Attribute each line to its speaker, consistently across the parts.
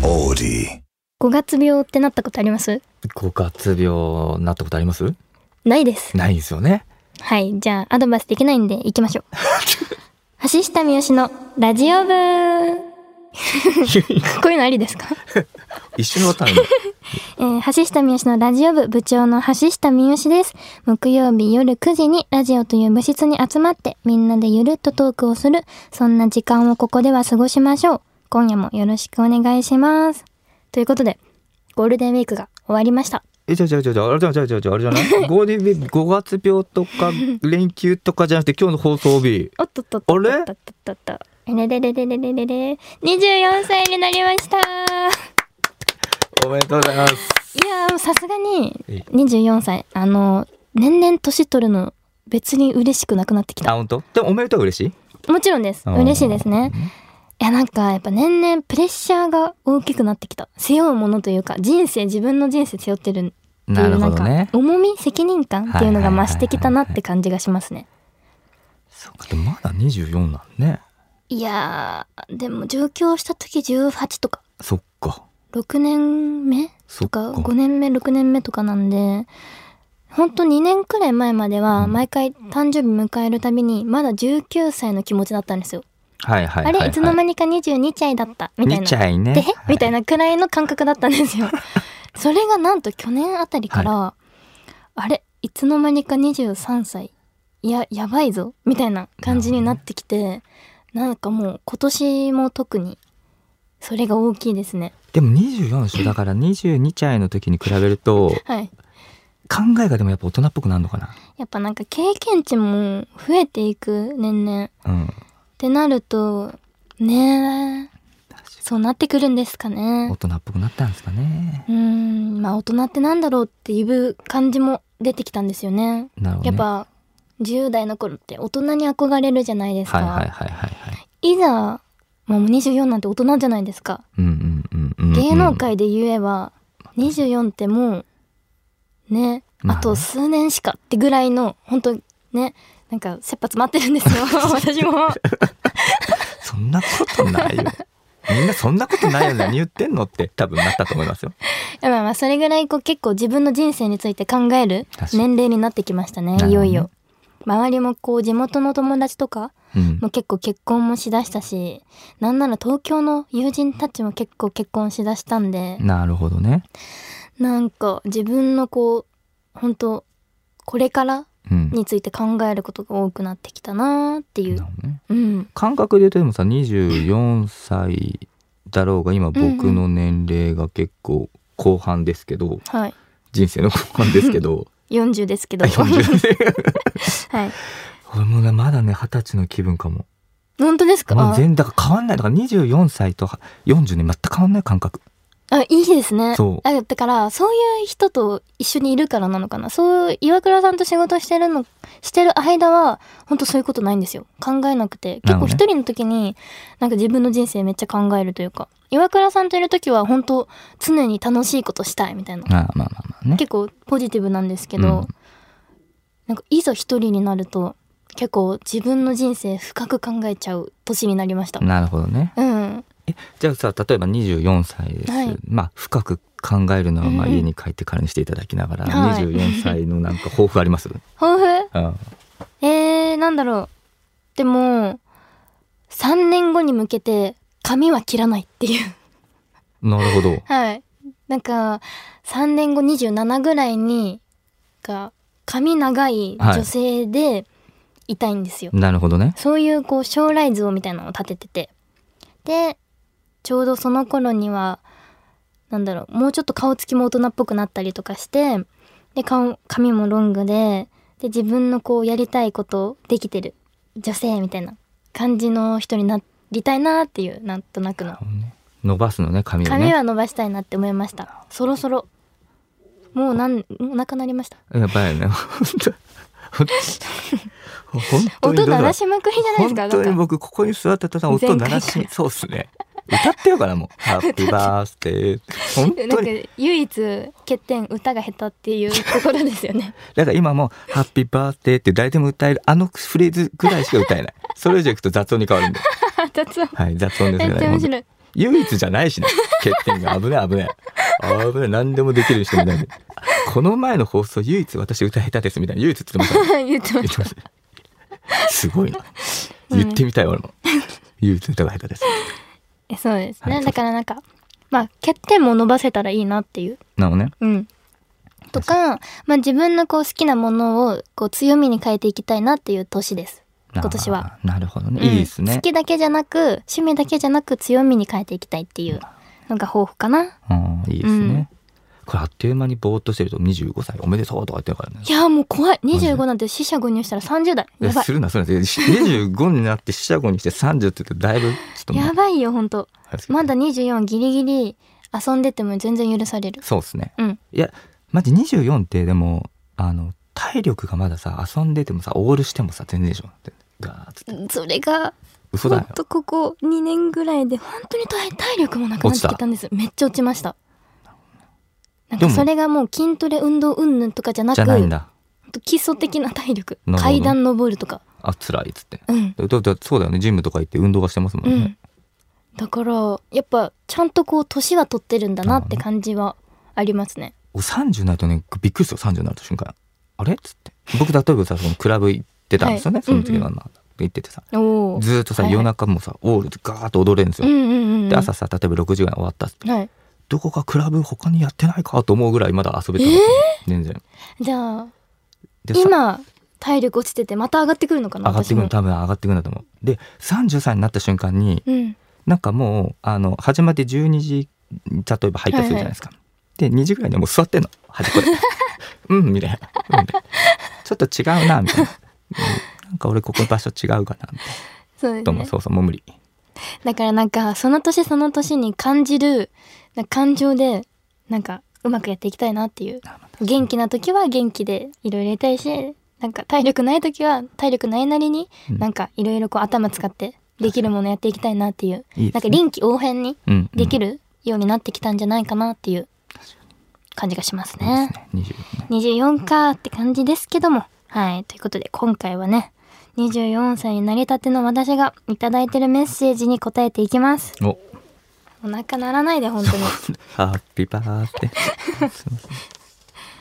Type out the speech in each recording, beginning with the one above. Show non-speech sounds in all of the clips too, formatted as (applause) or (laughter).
Speaker 1: City.
Speaker 2: 五月病ってなったことあります
Speaker 3: 五月病なったことあります
Speaker 2: ないです。
Speaker 3: ないですよね。
Speaker 2: はい。じゃあ、アドバイスできないんで行きましょう。橋下三好のラジオ部こういうのありですか、
Speaker 3: 一瞬のために。
Speaker 2: えー橋下三好のラジオ部部長の橋下三好です。木曜日夜9時にラジオという部室に集まってみんなでゆるっとトークをする、そんな時間をここでは過ごしましょう。今夜もよろしくお願いします。ということで、ゴールデンウィークが終わりました。
Speaker 3: え、じゃあじゃあじゃあじゃあ、あれじゃあじゃあじゃあじゃああれじゃないゴールデンウィーク五月病とか連休とかじゃなくて今日の放送日。
Speaker 2: おっとっとっとっとっとっとっと。あれれれれれれれれ。24歳になりました。い
Speaker 3: おめでとうございます。
Speaker 2: やー、さすがに
Speaker 3: えい
Speaker 2: 24歳。あの、年々年取るの別に嬉しくなくなってき
Speaker 3: あ、
Speaker 2: た。
Speaker 3: 本当？でもおめでとうは嬉しい
Speaker 2: もちろんです。
Speaker 3: うん
Speaker 2: 嬉しいですね。いや、なんかやっぱ年々プレッシャーが大きくなってきた。背負うものというか、人生、自分の人生背負ってるっていう、
Speaker 3: なる
Speaker 2: な
Speaker 3: ほど
Speaker 2: ん
Speaker 3: ね
Speaker 2: か。重み、責任感っていうのが増してきたなって感じがしますね。
Speaker 3: そうか、でもまだ24なんね。
Speaker 2: いやー、でも上京した時18とか。
Speaker 3: そっか。
Speaker 2: 6年目と
Speaker 3: そっか
Speaker 2: か5年目6年目とかなんでほんと2年くらい前までは毎回誕生日迎えるたびにまだ19歳の気持ちだったんですよ、
Speaker 3: はいはいはい、はい。
Speaker 2: あれいつの間にか22歳だったみたいな
Speaker 3: 2歳ね。
Speaker 2: で、
Speaker 3: はい
Speaker 2: みたいなくらいの感覚だったんです
Speaker 3: (laughs)
Speaker 2: よそれがなんと去年あたりから、あれいつの間にか23歳いややばいぞみたいな感じになってきてなんかもう今年も特にそれが大きいですね
Speaker 3: でも24歳だから22歳の時に比べると
Speaker 2: はい
Speaker 3: 考えがでもやっぱ大人っぽくなるのかな。
Speaker 2: やっぱなんか経験値も増えていく年々っ
Speaker 3: うん。
Speaker 2: てなるとねえ
Speaker 3: 確か
Speaker 2: そうなってくるんですか
Speaker 3: に大
Speaker 2: ね
Speaker 3: 人っぽくなったんですかね。
Speaker 2: うーんまあ大人ってなんだろうっていう感じも出てきたんですよね
Speaker 3: なるほど、
Speaker 2: やっ
Speaker 3: ね。
Speaker 2: ぱ10代の頃って大人に憧れるじゃないですか、
Speaker 3: はいはいはいはいはい。
Speaker 2: いざもう24なんて大人じゃないですか
Speaker 3: うんうんうんうん、うん。
Speaker 2: 芸能界で言えば24ってもうね
Speaker 3: まあ
Speaker 2: あ
Speaker 3: ね
Speaker 2: と数年しかってぐらいの本当ねなんか切羽詰まってるんです
Speaker 3: (laughs)
Speaker 2: よ私も。
Speaker 3: そんなことな
Speaker 2: (laughs)
Speaker 3: いよ。みんなそんなことないよ何言ってんのって多分なったと思いますよ。
Speaker 2: まあまあそれぐらいこう結構自分の人生について考える
Speaker 3: 確かに
Speaker 2: 年齢になってきましたね
Speaker 3: なるほ
Speaker 2: い
Speaker 3: ど
Speaker 2: よ
Speaker 3: ね
Speaker 2: いよ周りもこう地元の友達とか
Speaker 3: うん。
Speaker 2: も結構結婚もしだしたしなんなら東京の友人たちも結構結婚しだしたんで
Speaker 3: なるほどね。
Speaker 2: なんか自分のこう本当これから
Speaker 3: うん。
Speaker 2: について考えることが多くなってきたなーってい
Speaker 3: な
Speaker 2: う
Speaker 3: るほどね
Speaker 2: うん
Speaker 3: 感覚で言うとでもさ24歳だろうが今僕の年齢が結構後半ですけど、
Speaker 2: はい
Speaker 3: 人生の後半です
Speaker 2: (laughs)
Speaker 3: けど
Speaker 2: 40ですけど
Speaker 3: 40
Speaker 2: (laughs)
Speaker 3: 歳
Speaker 2: はい
Speaker 3: 俺もねまだね二十歳の気分かも
Speaker 2: 本当ですか
Speaker 3: もう
Speaker 2: あ
Speaker 3: 全然だから変わんないだから24歳と40に全く変わんない感覚
Speaker 2: あいいですね
Speaker 3: そう
Speaker 2: あだからそういう人と一緒にいるからなのかなそう岩倉さんと仕事してるのしてる間は本当そういうことないんですよ考えなくて結
Speaker 3: なる
Speaker 2: 構
Speaker 3: ほどね
Speaker 2: 一人の時になんか自分の人生めっちゃ考えるというか岩倉さんといる時は本当常に楽しいことしたいみたいな
Speaker 3: まあまあまあまあね
Speaker 2: 結構ポジティブなんですけど、
Speaker 3: うん
Speaker 2: なんかいざ一人になると結構自分の人生深く考えちゃう年になりました
Speaker 3: なるほどね
Speaker 2: うん
Speaker 3: じゃあさ例えば24歳です、
Speaker 2: はい
Speaker 3: まあ深く考えるのはまあ
Speaker 2: うんうん
Speaker 3: 家に帰ってからにしていただきながら、
Speaker 2: はい
Speaker 3: 24歳のなんか抱負あ
Speaker 2: (laughs)
Speaker 3: ります、
Speaker 2: 抱負
Speaker 3: うん、
Speaker 2: えー、なんだろう。でも、3年後に向けて髪は切らないっていう。
Speaker 3: なるほど
Speaker 2: (laughs) はい。なんか、3年後27ぐらいに、が、髪長い女性でいたいんですよ。
Speaker 3: なるほどね
Speaker 2: そういうこう将来像みたいなのを立ててて。で、ちょうどその頃には、なんだろう、もうちょっと顔つきも大人っぽくなったりとかして、で、顔、髪もロングで、で、自分のこうやりたいことできてる女性みたいな感じの人になりたいなっていう、なんとなくの。
Speaker 3: 伸ばすのね髪をね
Speaker 2: 髪は伸ばしたいなって思いました。そろそろ。もうなん、お腹なりました。
Speaker 3: やばいね。本当本当本当に
Speaker 2: 音
Speaker 3: どうだ
Speaker 2: 鳴らしまくりじゃないですか、
Speaker 3: 本当
Speaker 2: な
Speaker 3: に
Speaker 2: んか。
Speaker 3: 僕ここに座ってたら音鳴ら
Speaker 2: 前回
Speaker 3: し、そうですね。歌ってようかなもう。
Speaker 2: (laughs)
Speaker 3: ハッピーバースデー。本
Speaker 2: な
Speaker 3: 当
Speaker 2: んか
Speaker 3: に。
Speaker 2: 唯一欠点歌が下手っていうところですよね。 (laughs)
Speaker 3: だから今もハッピーバースデーって誰でも歌えるあのフレーズぐらいしか歌えない。それ以上いくと雑音に変わるんで。
Speaker 2: 雑音
Speaker 3: はい、雑音で
Speaker 2: め
Speaker 3: す
Speaker 2: っちゃ面白い (laughs)
Speaker 3: 唯一じゃないしね欠点が危ない危ない危ない何でもできる人みたいにこの前の放送唯一私歌下手ですみたいな唯一って言ってましたね
Speaker 2: 言ってま
Speaker 3: 言
Speaker 2: し
Speaker 3: ったてましたすごいな言ってみたい俺も唯一歌が下手です
Speaker 2: えそうですね、
Speaker 3: はい
Speaker 2: だからなんかまあ欠点も伸ばせたらいいなっていう
Speaker 3: なのね
Speaker 2: うんとか、まあ、自分のこう好きなものをこう強みに変えていきたいなっていう年です今年は
Speaker 3: あーなるほどねいいです
Speaker 2: うん
Speaker 3: ね
Speaker 2: 好、きだけじゃなく趣味だけじゃなく強みに変えていきたいっていうのが抱負かな
Speaker 3: うん、いいです
Speaker 2: うん
Speaker 3: ね、これあっという間にぼーっとしてると25歳おめでとうとか言ってるからね
Speaker 2: いやーもう怖い25なんて死者誤入したら30代
Speaker 3: いや
Speaker 2: やばい
Speaker 3: するなするな25になって四捨五入して30って言うとだいぶちょっともう
Speaker 2: やばいよほんと
Speaker 3: あれですけど
Speaker 2: まだ24ギリギリ遊んでても全然許される
Speaker 3: そうですね
Speaker 2: うん
Speaker 3: いやマジ24ってでもあの体力がまださ遊んでてもさオールしてもさ全然でしょガーッつって
Speaker 2: それが
Speaker 3: 嘘
Speaker 2: ほ
Speaker 3: だ
Speaker 2: ん
Speaker 3: よ
Speaker 2: とここ2年ぐらいで本当に体体力もなくなってきたんですめっちゃ落ちましたなん
Speaker 3: で
Speaker 2: か
Speaker 3: も
Speaker 2: それがもう筋トレ運動云々とかじゃなく
Speaker 3: じゃないんだ
Speaker 2: ほんと基礎的な体力
Speaker 3: なるほどね
Speaker 2: 階段登るとか
Speaker 3: あ辛いっつって
Speaker 2: うん
Speaker 3: だだそうだよねジムとか行って運動はしてますもん
Speaker 2: う
Speaker 3: ね、
Speaker 2: んだからやっぱちゃんとこう年は取ってるんだなって感じはありますね
Speaker 3: お30になるとねびっくりするよ30になると瞬間あれっつって僕例えばさそのクラブ行ってたんですよね、
Speaker 2: はい
Speaker 3: その時
Speaker 2: うん
Speaker 3: はまあ行っててさ
Speaker 2: おお
Speaker 3: ずーっとさ
Speaker 2: はいはい
Speaker 3: 夜中もさオールでガーッと踊れるんです
Speaker 2: う
Speaker 3: よ、
Speaker 2: んうんうんうん
Speaker 3: で朝さ例えば6時ぐらいに終わったっつって
Speaker 2: はい
Speaker 3: どこかクラブ他にやってないかと思うぐらいまだ遊べてます、全然
Speaker 2: じゃあ
Speaker 3: でさ
Speaker 2: 今体力落ちててまた上がってくるのかな
Speaker 3: 上がってくるの
Speaker 2: 私も
Speaker 3: 多分上がってくるんだと思うで30歳になった瞬間に
Speaker 2: うん
Speaker 3: なんかもうあの始まって12時例えば入ったとするじゃないですか、で2時ぐらいにはもう座ってんの端
Speaker 2: (laughs)
Speaker 3: っこでうんみたいな、うんみたいなちょっと違うなみたいな、うんなんか俺ここ場所違うかなみたいな
Speaker 2: そうです
Speaker 3: どうも
Speaker 2: ね
Speaker 3: そうそうもう無理
Speaker 2: だからなんかその年その年に感じるなんか感情でなんかうまくやっていきたいなっていう元気な時は元気でいろいろやりたいしなんか体力ない時は体力ないなりに
Speaker 3: うん
Speaker 2: なんかいろいろこう頭使ってできるものやっていきたいなっていう
Speaker 3: いいですね
Speaker 2: なんか臨機応変に
Speaker 3: うん
Speaker 2: でき
Speaker 3: る
Speaker 2: るようになってきたんじゃないかなっていう感じがします
Speaker 3: ね
Speaker 2: ね。
Speaker 3: いいですね24ね
Speaker 2: 24かって感じですけども。はい。ということで今回はね、24歳になりたての私がいただいてるメッセージに答えていきます。
Speaker 3: お
Speaker 2: お腹鳴らないで本当に。
Speaker 3: ハッピーバースデー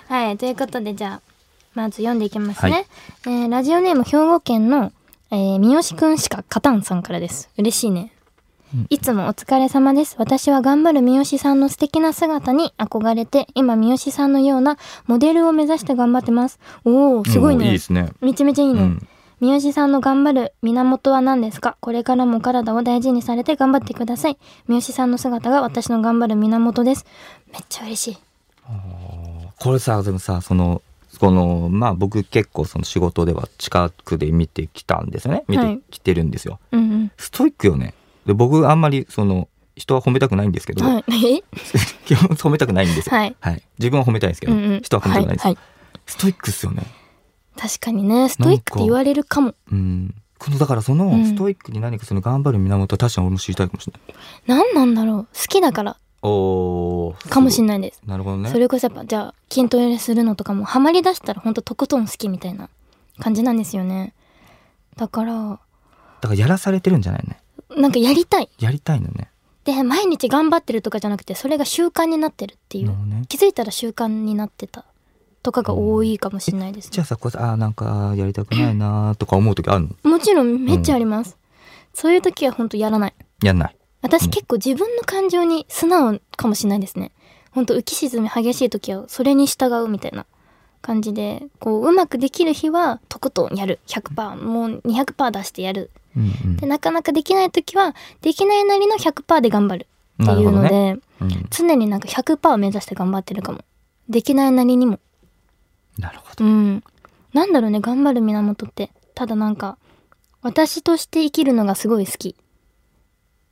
Speaker 2: はい。ということでじゃあ、まず読んでいきますね。
Speaker 3: はい
Speaker 2: えーラジオネーム兵庫県の、えー三好くんしか勝たんさんからです。嬉しいね。いつもお疲れ様です。私は頑張る三好さんの素敵な姿に憧れて、今三好さんのようなモデルを目指して頑張ってます。おお、すごいね。
Speaker 3: おーいいですね
Speaker 2: めちゃめちゃいいね。
Speaker 3: うん
Speaker 2: 三好さんの頑張る源は何ですかこれからもお体を大事にされて頑張ってください。三好さんの姿が私の頑張る源です。めっちゃ嬉しい。
Speaker 3: これさでもさそのこのまあ僕結構その仕事では近くで見てきたんですよね見
Speaker 2: は
Speaker 3: て
Speaker 2: い
Speaker 3: きてるんですよ、
Speaker 2: うん
Speaker 3: ストイックよねで僕あんまりその人は褒めたくないんですけ
Speaker 2: うん。
Speaker 3: ど、
Speaker 2: はい。 (laughs)
Speaker 3: 基本褒めたくないんですよ
Speaker 2: はい
Speaker 3: 自分は褒めたいんですけ
Speaker 2: えう
Speaker 3: ど、
Speaker 2: んうん。
Speaker 3: 人は褒めたくないんですよ、
Speaker 2: はい。はい
Speaker 3: ストイックっすよね
Speaker 2: 確かにね、ストイックって言われるかも。
Speaker 3: うんこのだからその
Speaker 2: うん
Speaker 3: ストイックに何かその頑張る源は確かに俺も知りたいかもしれない、
Speaker 2: 何なんだろう好きだから
Speaker 3: おー
Speaker 2: かもしれ
Speaker 3: い
Speaker 2: ないです。
Speaker 3: なるほどね
Speaker 2: それこそやっぱ、じゃあ、筋トレするのとかも、ハマり出したらほんととことん好きみたいな感じなんですよね。だから、
Speaker 3: だからやらされてるんじゃないね
Speaker 2: なんかやりたい。
Speaker 3: やりたいのね
Speaker 2: で、毎日頑張ってるとかじゃなくて、それが習慣になってるってい
Speaker 3: な
Speaker 2: う
Speaker 3: る。ほどね
Speaker 2: 気づいたら習慣になってたとかが多いかもしれないです
Speaker 3: じ
Speaker 2: ね
Speaker 3: ゃあさこうさあーなんかやりたくないなーとか思う時あるの
Speaker 2: もちろんめっちゃあります、そういう時は本当やらない
Speaker 3: やんないう
Speaker 2: 私
Speaker 3: ん
Speaker 2: 結構自分の感情に素直かもしれないですね本当浮き沈み激しい時はそれに従うみたいな感じでこううまくできる日はとことんやる100%もう200%出してやる
Speaker 3: うん
Speaker 2: でなかなかできない時はできないなりの100%で頑張るっていうの
Speaker 3: なるほど
Speaker 2: で、
Speaker 3: うん、うん、
Speaker 2: 常になんか100%目指して頑張ってるかもできないなりにも
Speaker 3: なるほど
Speaker 2: うん。なんだろうね、頑張る源って。ただなんか、私として生きるのがすごい好き。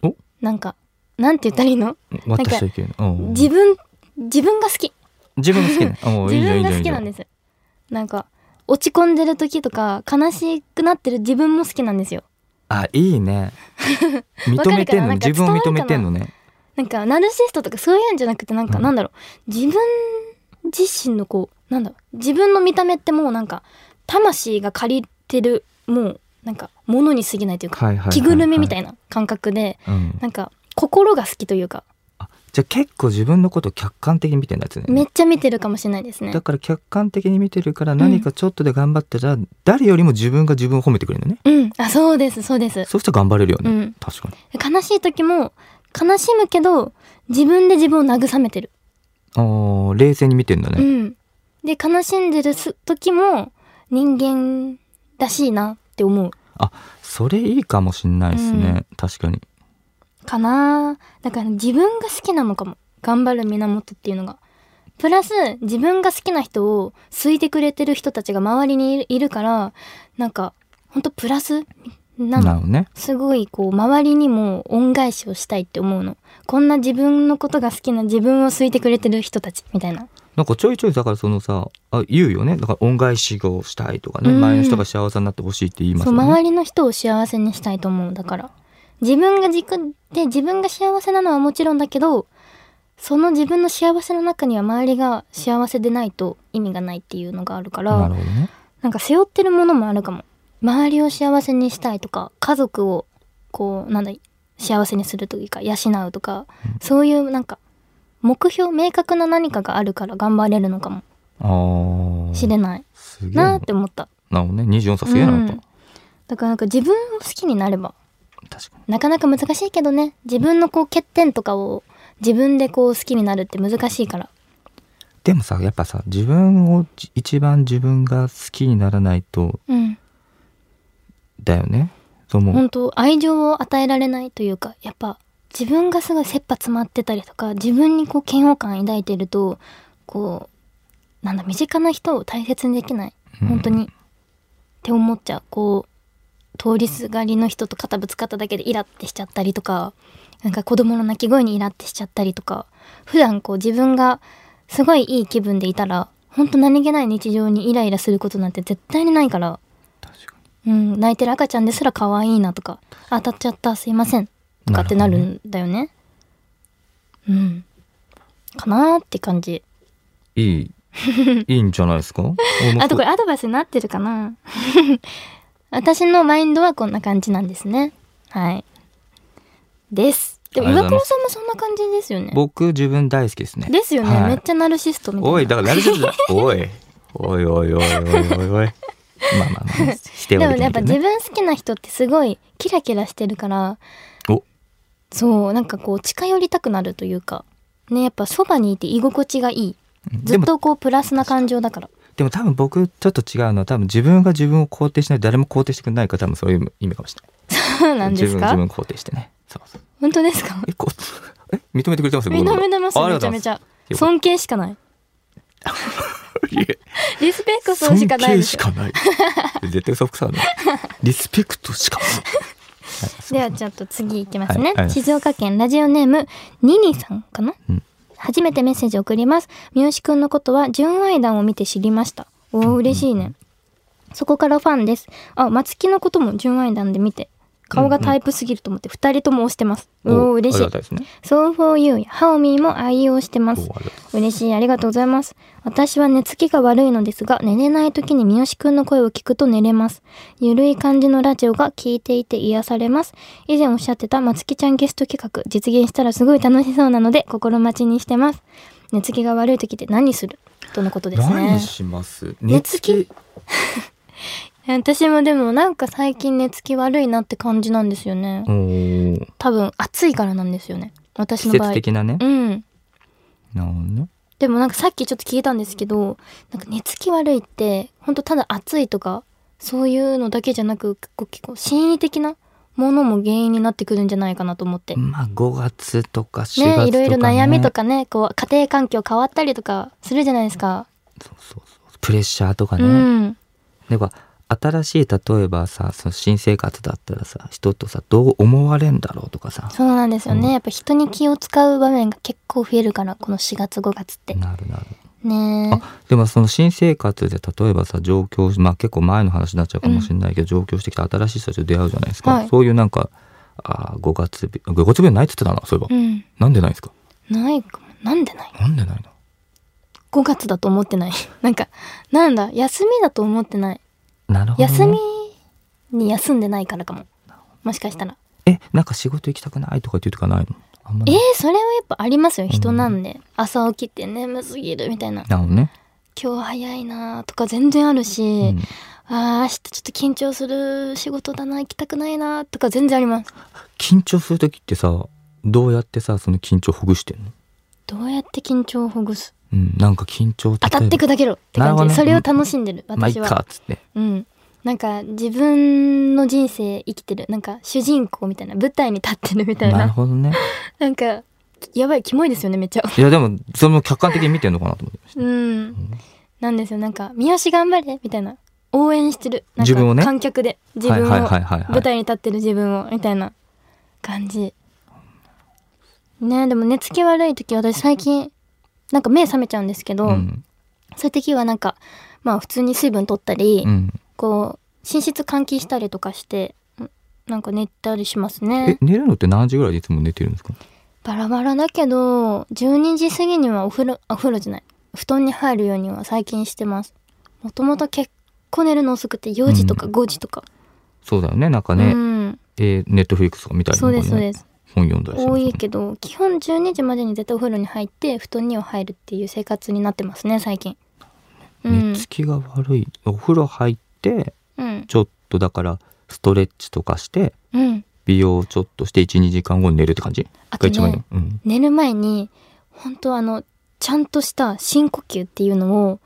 Speaker 3: お
Speaker 2: なんか、なんて言ったらいいの
Speaker 3: 私はいけるうん
Speaker 2: 自分、自分が好き。
Speaker 3: 自分が好きね
Speaker 2: (laughs)
Speaker 3: おーい
Speaker 2: 自
Speaker 3: いじゃん
Speaker 2: 分
Speaker 3: いいじ
Speaker 2: が
Speaker 3: ゃ
Speaker 2: 好
Speaker 3: んいいじ
Speaker 2: き
Speaker 3: ゃん
Speaker 2: なんです。なんか、落ち込んでる時とか、悲しくなってる自分も好きなんですよ。
Speaker 3: あい
Speaker 2: (laughs)
Speaker 3: いね認めてん
Speaker 2: わ
Speaker 3: の
Speaker 2: か
Speaker 3: 自
Speaker 2: るかな
Speaker 3: 分を
Speaker 2: なんか
Speaker 3: 認めてんのね
Speaker 2: なんか、ナルシストとかそういうんじゃなくて、なんか、
Speaker 3: うん
Speaker 2: なんだろう、自分自身のこう、なんだろう、自分の見た目ってもうなんか、魂が借りてる、もう、なんか、ものに過ぎないというか、
Speaker 3: はいはいはいはい
Speaker 2: 着ぐるみみたいな感覚で、
Speaker 3: うん
Speaker 2: なんか心が好きというか
Speaker 3: じゃあ結構自分のことを客観的に見てるんだやつね
Speaker 2: めっちゃ見てるかもしれないですね
Speaker 3: だから客観的に見てるから何かちょっとで頑張ったら、誰よりも自分が自分を褒めてくれるのね
Speaker 2: うんあそうですそうです
Speaker 3: そうしたら頑張れるよね、
Speaker 2: うん
Speaker 3: 確かに
Speaker 2: 悲しい時も悲しむけど自分で自分を慰めてる、
Speaker 3: あー冷静に見てんだ
Speaker 2: う
Speaker 3: ね、
Speaker 2: んで悲しんでるす時も人間らしいなって思う
Speaker 3: それいいかもしんないですね、確かに
Speaker 2: かなだから自分が好きなのかも頑張る源っていうのがプラス自分が好きな人を好いてくれてる人たちが周りにいるいるからなんかほんとプラスなの
Speaker 3: なるほどね
Speaker 2: すごいこう周りにも恩返しをしたいって思うのこんな自分のことが好きな自分を好いてくれてる人たちみたいな
Speaker 3: なんかちょいちょいだからそのさあ言うよねだから恩返しをしたいとかね、
Speaker 2: うん
Speaker 3: 前の人が幸せになってほしいって言います
Speaker 2: そ
Speaker 3: よ
Speaker 2: う
Speaker 3: ね
Speaker 2: 周りの人を幸せにしたいと思うだから自分が軸で自分が幸せなのはもちろんだけどその自分の幸せの中には周りが幸せでないと意味がないっていうのがあるか
Speaker 3: なる
Speaker 2: ら
Speaker 3: ほどね
Speaker 2: なんか背負ってるものもあるかも周りを幸せにしたいとか家族をこうなんだ幸せにするというか養うとか、そういうなんか目標明確な何かがあるから頑張れるのかも
Speaker 3: あー
Speaker 2: しれない
Speaker 3: すげえ
Speaker 2: なー
Speaker 3: な
Speaker 2: って思った、
Speaker 3: なるほどね24歳すげえなやっぱ、
Speaker 2: うんだからなんか自分を好きになれば
Speaker 3: 確かに
Speaker 2: なかなか難しいけどね自分のこう欠点とかを自分でこう好きになるって難しいから
Speaker 3: でもさやっぱさ自分をじ一番自分が好きにならないと
Speaker 2: うん
Speaker 3: だよねそう思う、
Speaker 2: 本当愛情を与えられないというかやっぱ自分がすごい切羽詰まってたりとか自分にこう嫌悪感抱いてるとこうなんだ身近な人を大切にできない
Speaker 3: うん
Speaker 2: 本当に、って思っちゃうこう通りすがりの人と肩ぶつかっただけでイラってしちゃったりとかなんか子供の泣き声にイラってしちゃったりとか普段こう自分がすごいいい気分でいたら本当何気ない日常にイライラすることなんて絶対にないから、
Speaker 3: 確か
Speaker 2: うん、泣いてる赤ちゃんですら可愛いなとか当たっちゃったすいませんとかってなるんだよね。うん、かなーって感じ。
Speaker 3: に
Speaker 2: (laughs)
Speaker 3: いいいいんじゃないですか俺も
Speaker 2: あとこれアドバイスになってるかな (laughs) 私のマインドはこんな感じなんですね。はい。です。でも
Speaker 3: ありが
Speaker 2: 岩
Speaker 3: とうござい
Speaker 2: 倉
Speaker 3: ます
Speaker 2: さんもそんな感じですよね。
Speaker 3: 僕自分大好きですね
Speaker 2: ですよね、
Speaker 3: はい
Speaker 2: めっちゃナルシストみたいな。
Speaker 3: おいだから誰ちょっとおいおいおいおいおいおいおいまあまあま
Speaker 2: (laughs)
Speaker 3: あ否定
Speaker 2: で
Speaker 3: は
Speaker 2: も
Speaker 3: できな
Speaker 2: やっ
Speaker 3: い
Speaker 2: ぱ
Speaker 3: け
Speaker 2: 自
Speaker 3: どね
Speaker 2: 分好きな人ってすごいキラキラしてるから、
Speaker 3: お
Speaker 2: そう、なんかこう近寄りたくなるというか、ね、やっぱそばにいて居心地がいい。ず
Speaker 3: で
Speaker 2: っ
Speaker 3: も
Speaker 2: とこうプラスな感情だから。 (laughs)
Speaker 3: でも多分僕ちょっと違うのは多分自分が自分を肯定しない誰も肯定してくれないから多分そういう意味かもしれ
Speaker 2: そう
Speaker 3: な
Speaker 2: ないんで
Speaker 3: 自
Speaker 2: す
Speaker 3: 分自
Speaker 2: か
Speaker 3: 分肯定してねそうそう
Speaker 2: 本当
Speaker 3: (laughs)
Speaker 2: ですか
Speaker 3: えこえ認めてくれてます
Speaker 2: 認めてます、めちゃめち
Speaker 3: ゃ
Speaker 2: ゃ。尊敬しかない。リスペクトしかない
Speaker 3: 尊敬
Speaker 2: です
Speaker 3: し
Speaker 2: よ。
Speaker 3: かない絶対嘘くさないリスペクトしかない
Speaker 2: ではちょっと次いきますね、
Speaker 3: はいはい
Speaker 2: 静岡県ラジオネームニニさんかな、
Speaker 3: うん
Speaker 2: 初めてメッセージ送ります三好くんのことは純愛団を見て知りましたおお嬉しいねそこからファンですあ松木のことも純愛団で見て顔がタイプすぎると思って二人とも推してます、おお嬉し
Speaker 3: あ
Speaker 2: い
Speaker 3: りがたいですね
Speaker 2: So for you やハオミーも愛用してま
Speaker 3: おあ
Speaker 2: す
Speaker 3: りがとうございます
Speaker 2: 嬉しいありがとうございます私は寝つきが悪いのですが寝れない時に三好くんの声を聞くと寝れますゆるい感じのラジオが聞いていて癒されます以前おっしゃってた松木ちゃんゲスト企画実現したらすごい楽しそうなので心待ちにしてます寝つきが悪い時って何するとのことですね
Speaker 3: 何します
Speaker 2: 寝つき私もでもなんか最近寝つき悪いなって感じなんですよね
Speaker 3: おー
Speaker 2: 多分暑いからなんですよね私
Speaker 3: 季
Speaker 2: の場
Speaker 3: 節
Speaker 2: 合
Speaker 3: 的なね
Speaker 2: うん
Speaker 3: なるほどね
Speaker 2: でもなんかさっきちょっと聞いたんですけどなんか寝つき悪いって本当ただ暑いとかそういうのだけじゃなく結構結構心理的なものも原因になってくるんじゃないかなと思って、
Speaker 3: まあ5月とか4月とか
Speaker 2: ね
Speaker 3: ね
Speaker 2: いろいろ悩みとかねこう家庭環境変わったりとかするじゃないですか、
Speaker 3: そうそうそうプレッシャーとか
Speaker 2: う
Speaker 3: ね、
Speaker 2: ん
Speaker 3: では新しい例えばさその新生活だったらさ人とさどう思われんだろうとかさ
Speaker 2: そうなんですよね、
Speaker 3: うん
Speaker 2: やっぱ人に気を使う場面が結構増えるからこの4月5月って
Speaker 3: なるなる
Speaker 2: ねえ
Speaker 3: でもその新生活で例えばさ上京まあ結構前の話になっちゃうかもしれないけど、上京してきた新しい人たちと出会うじゃないですか、
Speaker 2: はい
Speaker 3: そういうなんかあ5月病5月病ないって言ってたなそういえば、
Speaker 2: うん
Speaker 3: なんでないんですか
Speaker 2: ないかもなんでない
Speaker 3: なんでないの
Speaker 2: 5月だと思ってない (laughs) なんかなんだ休みだと思ってない
Speaker 3: なるほどね、
Speaker 2: 休みに休んでないからかももしかしたら
Speaker 3: えなんか仕事行きたくないとかって言うとかないのあんま
Speaker 2: え
Speaker 3: な
Speaker 2: ー
Speaker 3: い、
Speaker 2: それはやっぱありますよ人なんで、朝起きて眠すぎるみたいな
Speaker 3: なるほどね、
Speaker 2: 今日早いなとか全然あるし、
Speaker 3: うん、
Speaker 2: あー明日ちょっと緊張する仕事だな行きたくないなとか全然あります
Speaker 3: 緊張する時ってさどうやってさその緊張ほぐしてんの、
Speaker 2: どうやって緊張をほぐす
Speaker 3: うん、なんか緊
Speaker 2: 当
Speaker 3: 張
Speaker 2: たって
Speaker 3: る
Speaker 2: 砕けろって感じ、
Speaker 3: なるほどね
Speaker 2: それを楽しんでる
Speaker 3: まあいっ
Speaker 2: 私は、
Speaker 3: かっつって
Speaker 2: うんなんか自分の人生生きてるなんか主人公みたいな舞台に立ってるみたい
Speaker 3: なる
Speaker 2: な
Speaker 3: ほどね
Speaker 2: なんかやばいキモいですよねめっちゃ
Speaker 3: いやでもそれも客観的に見てんのかなと思ってました
Speaker 2: うんなんですよなんか「三好頑張れ」みたいな応援してるなんか
Speaker 3: 自分をね
Speaker 2: 観客で自分を
Speaker 3: はいはいはいはい、はい、
Speaker 2: 舞台に立ってる自分をみたいな感じねでも寝つき悪い時私最近なんか目覚めちゃうんですけど、
Speaker 3: うん
Speaker 2: そういう時はなんかまあ普通に水分取ったり、
Speaker 3: うん、
Speaker 2: こう寝室換気したりとかしてんなんか寝たりします
Speaker 3: え
Speaker 2: ね
Speaker 3: 寝るのって何時ぐらいでいつも寝てるんですか
Speaker 2: バラバラだけど12時過ぎにはお風呂あお風呂じゃない布団に入るようには最近してますもともと結構寝るの遅くて4時とか5時とか、
Speaker 3: そうだよねなんか
Speaker 2: うん
Speaker 3: ね、えーネットフリックスとか見たりと
Speaker 2: そう
Speaker 3: か、ね、
Speaker 2: ですそうです
Speaker 3: 本読んだりしま
Speaker 2: 多
Speaker 3: す
Speaker 2: いけど基本12時までに絶対お風呂に入って布団には入るっていう生活になってますね最近う
Speaker 3: 寝
Speaker 2: ん
Speaker 3: つきが悪いお風呂入って
Speaker 2: うん
Speaker 3: ちょっとだからストレッチとかして
Speaker 2: うん
Speaker 3: 美容ちょっとして12時間後に寝るって感じ
Speaker 2: あ
Speaker 3: が
Speaker 2: と
Speaker 3: 一番いいの
Speaker 2: ね、
Speaker 3: うん、
Speaker 2: 寝る前に本当あのちゃんとした深呼吸っていうのを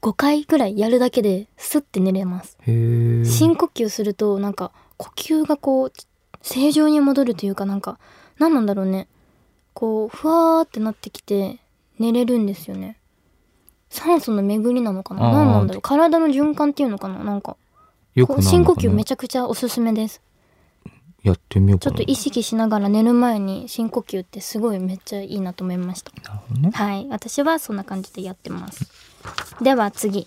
Speaker 2: 5回ぐらいやるだけでスッて寝れます
Speaker 3: へえ
Speaker 2: 深呼吸するとなんか呼吸がこう正常に戻るというかなんか何なんだろうねこうふわーってなってきて寝れるんですよね酸素の巡りなのかな
Speaker 3: あー
Speaker 2: 何なんだろう体の循環っていうのかななんか
Speaker 3: よ
Speaker 2: こ
Speaker 3: く
Speaker 2: う深呼吸め
Speaker 3: め
Speaker 2: ちゃくちゃおすすめです
Speaker 3: やってみよう
Speaker 2: ち
Speaker 3: か
Speaker 2: ょっ
Speaker 3: な
Speaker 2: と意識しながら寝る前に深呼吸ってすごいめっちゃいいなと思いました
Speaker 3: なるほどね
Speaker 2: はい私はそんな感じでやってますでは次、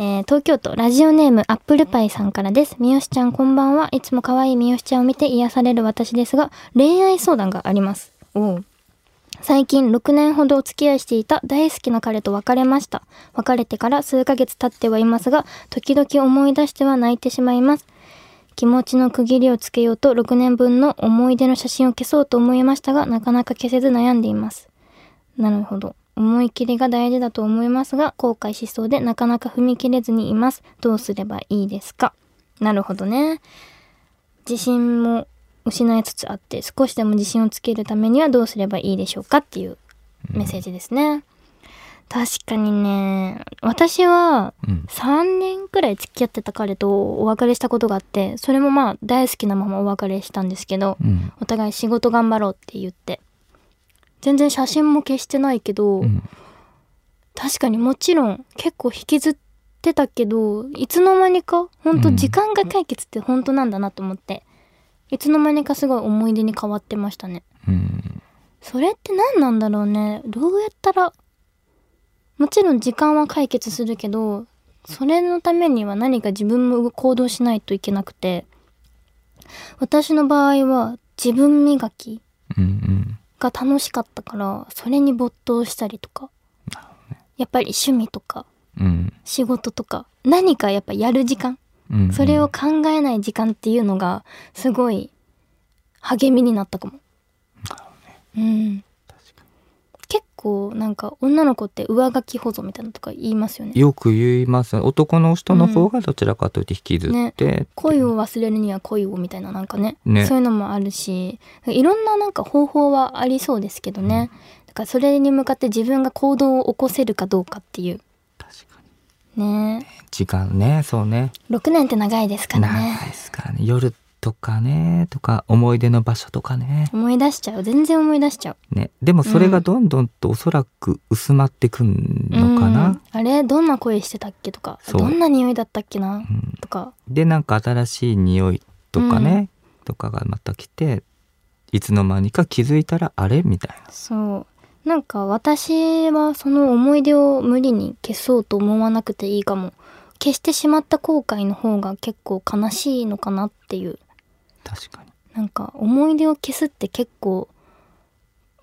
Speaker 2: えー東京都ラジオネームアップルパイさんからです三好ちゃんこんばんはいつも可愛い三好ちゃんを見て癒される私ですが恋愛相談がありますおう最近6年ほどお付き合いしていた大好きな彼と別れました別れてから数ヶ月経ってはいますが時々思い出しては泣いてしまいます気持ちの区切りをつけようと6年分の思い出の写真を消そうと思いましたがなかなか消せず悩んでいますなるほど。思い切りが大事だと思いますが、後悔しそうでなかなか踏み切れずにいます。どうすればいいですかなるほどね。自信も失いつつあって、少しでも自信をつけるためにはどうすればいいでしょうかっていうメッセージですね。確かにね、私は
Speaker 3: うん
Speaker 2: 3年くらい付き合ってた彼とお別れしたことがあって、それもまあ大好きなままお別れしたんですけど、
Speaker 3: うん
Speaker 2: お互い仕事頑張ろうって言って全然写真も消してないけど、
Speaker 3: うん
Speaker 2: 確かにもちろん結構引きずってたけどいつの間にか本当
Speaker 3: うん
Speaker 2: 時間が解決って本当なんだなと思って、いつの間にかすごい思い出に変わってましたね
Speaker 3: うん
Speaker 2: それって何なんだろうねどうやったらもちろん時間は解決するけどそれのためには何か自分も行動しないといけなくて私の場合は自分磨き
Speaker 3: うんうん
Speaker 2: が楽しかったからそれに没頭したりとか、やっぱり趣味とか
Speaker 3: うん
Speaker 2: 仕事とか何かやっぱやる時間、
Speaker 3: うん
Speaker 2: それを考えない時間っていうのがすごい励みになったかも。うん、
Speaker 3: 確か
Speaker 2: 結構なんか女の子って上書き保存みたいなのとか言いますよ
Speaker 3: に
Speaker 2: ね。
Speaker 3: よく言います男の人の方がどちらかというと引きずって、
Speaker 2: 恋を忘れるには恋をみたいななんかね
Speaker 3: ね
Speaker 2: そういうのもあるしいろんななんか方法はありそうですけどね、だからそれに向かって自分が行動を起こせるかどうかっていう
Speaker 3: 確かに
Speaker 2: ね
Speaker 3: 時間ねそうね
Speaker 2: 6年って長いですからね
Speaker 3: 長いですからね夜とかねとか思い出の場所とかね
Speaker 2: 思い出しちゃう全然思い出しちゃう
Speaker 3: ねでもそれがどんどんとおそらく薄まってくんのか
Speaker 2: う
Speaker 3: な、
Speaker 2: んあれどんな声してたっけとか
Speaker 3: そう
Speaker 2: どんな匂いだったっけな
Speaker 3: うん
Speaker 2: とか
Speaker 3: でなんか新しい匂いとかね、とかがまた来ていつの間にか気づいたらあれみたいな
Speaker 2: そうなんか私はその思い出を無理に消そうと思わなくていいかも消してしまった後悔の方が結構悲しいのかなっていう
Speaker 3: 確かに
Speaker 2: なんか思い出を消すって結構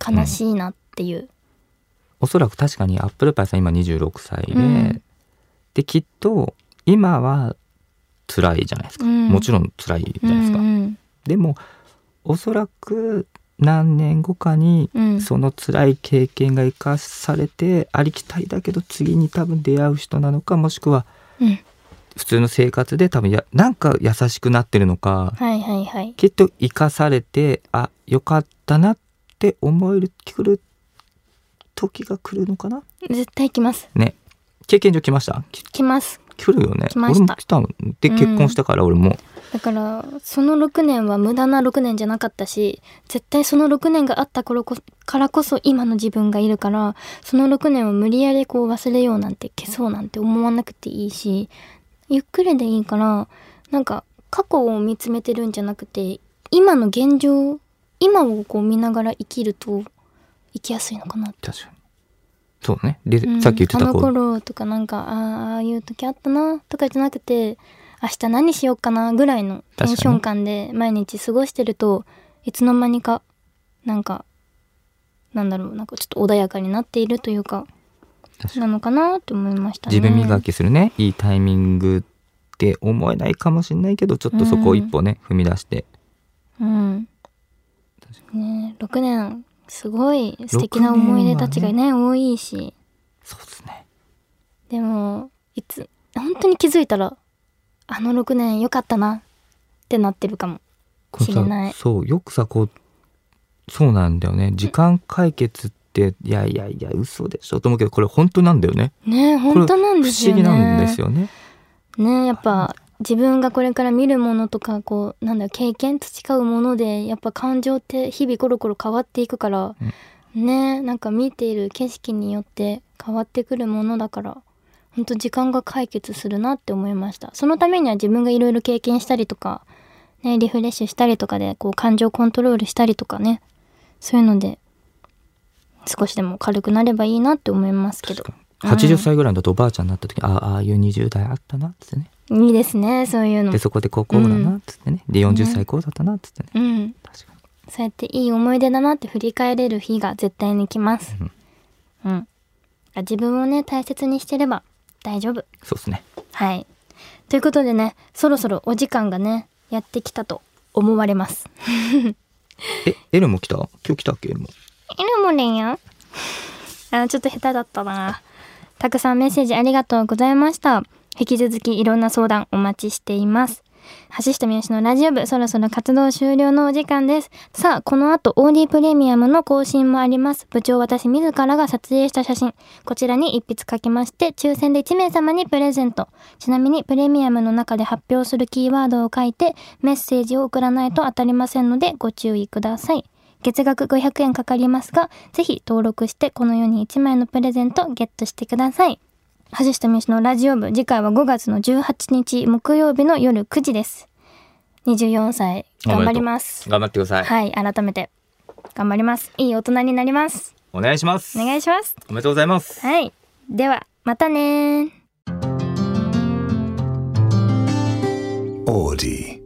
Speaker 2: 悲しいなっていう、
Speaker 3: おそらく確かにアップルパイさん今26歳で、
Speaker 2: うん
Speaker 3: できっと今は辛いじゃないですか、
Speaker 2: うん
Speaker 3: もちろん辛いじゃないですか、
Speaker 2: うんうん
Speaker 3: でもおそらく何年後かに
Speaker 2: うん
Speaker 3: その辛い経験が生かされてありきたりだけど次に多分出会う人なのかもしくは
Speaker 2: うん
Speaker 3: 普通の生活で多分やなんか優しくなってるのか
Speaker 2: はいはいはい
Speaker 3: きっと生かされてあよかったなって思える来る時が来るのかな
Speaker 2: 絶対来ます
Speaker 3: ね経験上来ましたき
Speaker 2: 来ます
Speaker 3: 来るよね
Speaker 2: 来ました
Speaker 3: 俺も来たので
Speaker 2: うん
Speaker 3: 結婚したから俺も、
Speaker 2: だからその6年は無駄な6年じゃなかったし絶対その6年があった頃こからこそ今の自分がいるからその6年を無理やりこう忘れようなんて消そうなんて思わなくていいしゆっくりでいいからなんか過去を見つめてるんじゃなくて今の現状今をこう見ながら生きると生きやすいのかな
Speaker 3: 確かにそうねで、
Speaker 2: うん
Speaker 3: さっき言って
Speaker 2: あ
Speaker 3: た
Speaker 2: の
Speaker 3: 子
Speaker 2: 頃とかなんかあーああいう時あったなとかじゃなくて明日何しようかなぐらいのテンション感で毎日過ごしてるといつの間にかなんかなんだろうなんかちょっと穏やかになっているというか
Speaker 3: 確か
Speaker 2: なのかなって思いましたね
Speaker 3: 自分磨きするねいいタイミングって思えないかもしれないけどちょっとそこを一歩ね、踏み出して
Speaker 2: うんねえ6年すごい素敵な思い出たちがね多いし
Speaker 3: そうですね
Speaker 2: でもいつ本当に気づいたらあの6年良かったなってなってるかも
Speaker 3: これ
Speaker 2: 知れな
Speaker 3: さ
Speaker 2: い
Speaker 3: そうよくさこうそうなんだよね時間解決っていやいやいや嘘でしょと思うけどこれ本当なんだよね
Speaker 2: ねえ本当なんですよね
Speaker 3: 不思議なんですよね
Speaker 2: ねえやっぱ自分がこれから見るものとかこうなんだろう経験培うものでやっぱ感情って日々コロコロ変わっていくから、ねえなんか見ている景色によって変わってくるものだから本当時間が解決するなって思いましたそのためには自分がいろいろ経験したりとか、ね、リフレッシュしたりとかでこう感情コントロールしたりとかねそういうので少しでも軽くなればいいなって思いますけど
Speaker 3: 確かに80歳ぐらいだとおばあちゃんになった時に、ああああいう20代あったなっつってね
Speaker 2: いいですねそういうの
Speaker 3: でそこで高校だなっつってね、で40歳こうだったなっつってね
Speaker 2: うん
Speaker 3: 確かに
Speaker 2: そうやっていい思い出だなって振り返れる日が絶対に来ます。うん。自分をね、大切にしてれば大丈夫。
Speaker 3: そうですね
Speaker 2: はい。ということでね、そろそろお時間がね、やってきたと思われます。
Speaker 3: えエルも来た今日来たっけエルも
Speaker 2: いるもんや。あ、ちょっと下手だったな。たくさんメッセージありがとうございました。引き続きいろんな相談お待ちしています。橋下美由のラジオ部、そろそろ活動終了のお時間です。さあ、この後 OD プレミアムの更新もあります。部長私自らが撮影した写真、こちらに一筆書きまして、抽選で1名様にプレゼント。ちなみにプレミアムの中で発表するキーワードを書いて、メッセージを送らないと当たりませんので、ご注意ください。月額500円かかりますが、ぜひ登録してこの世に1枚のプレゼントをゲットしてください。橋下美由のラジオ部、次回は5月の18日木曜日の夜9時です。24歳、頑張ります。
Speaker 3: 頑張ってください、
Speaker 2: はい、改めて頑張ります。いい大人になります。
Speaker 3: お願いします
Speaker 2: お願いします。
Speaker 3: おめでとうございます
Speaker 2: はい、ではまたねー。
Speaker 1: Audi.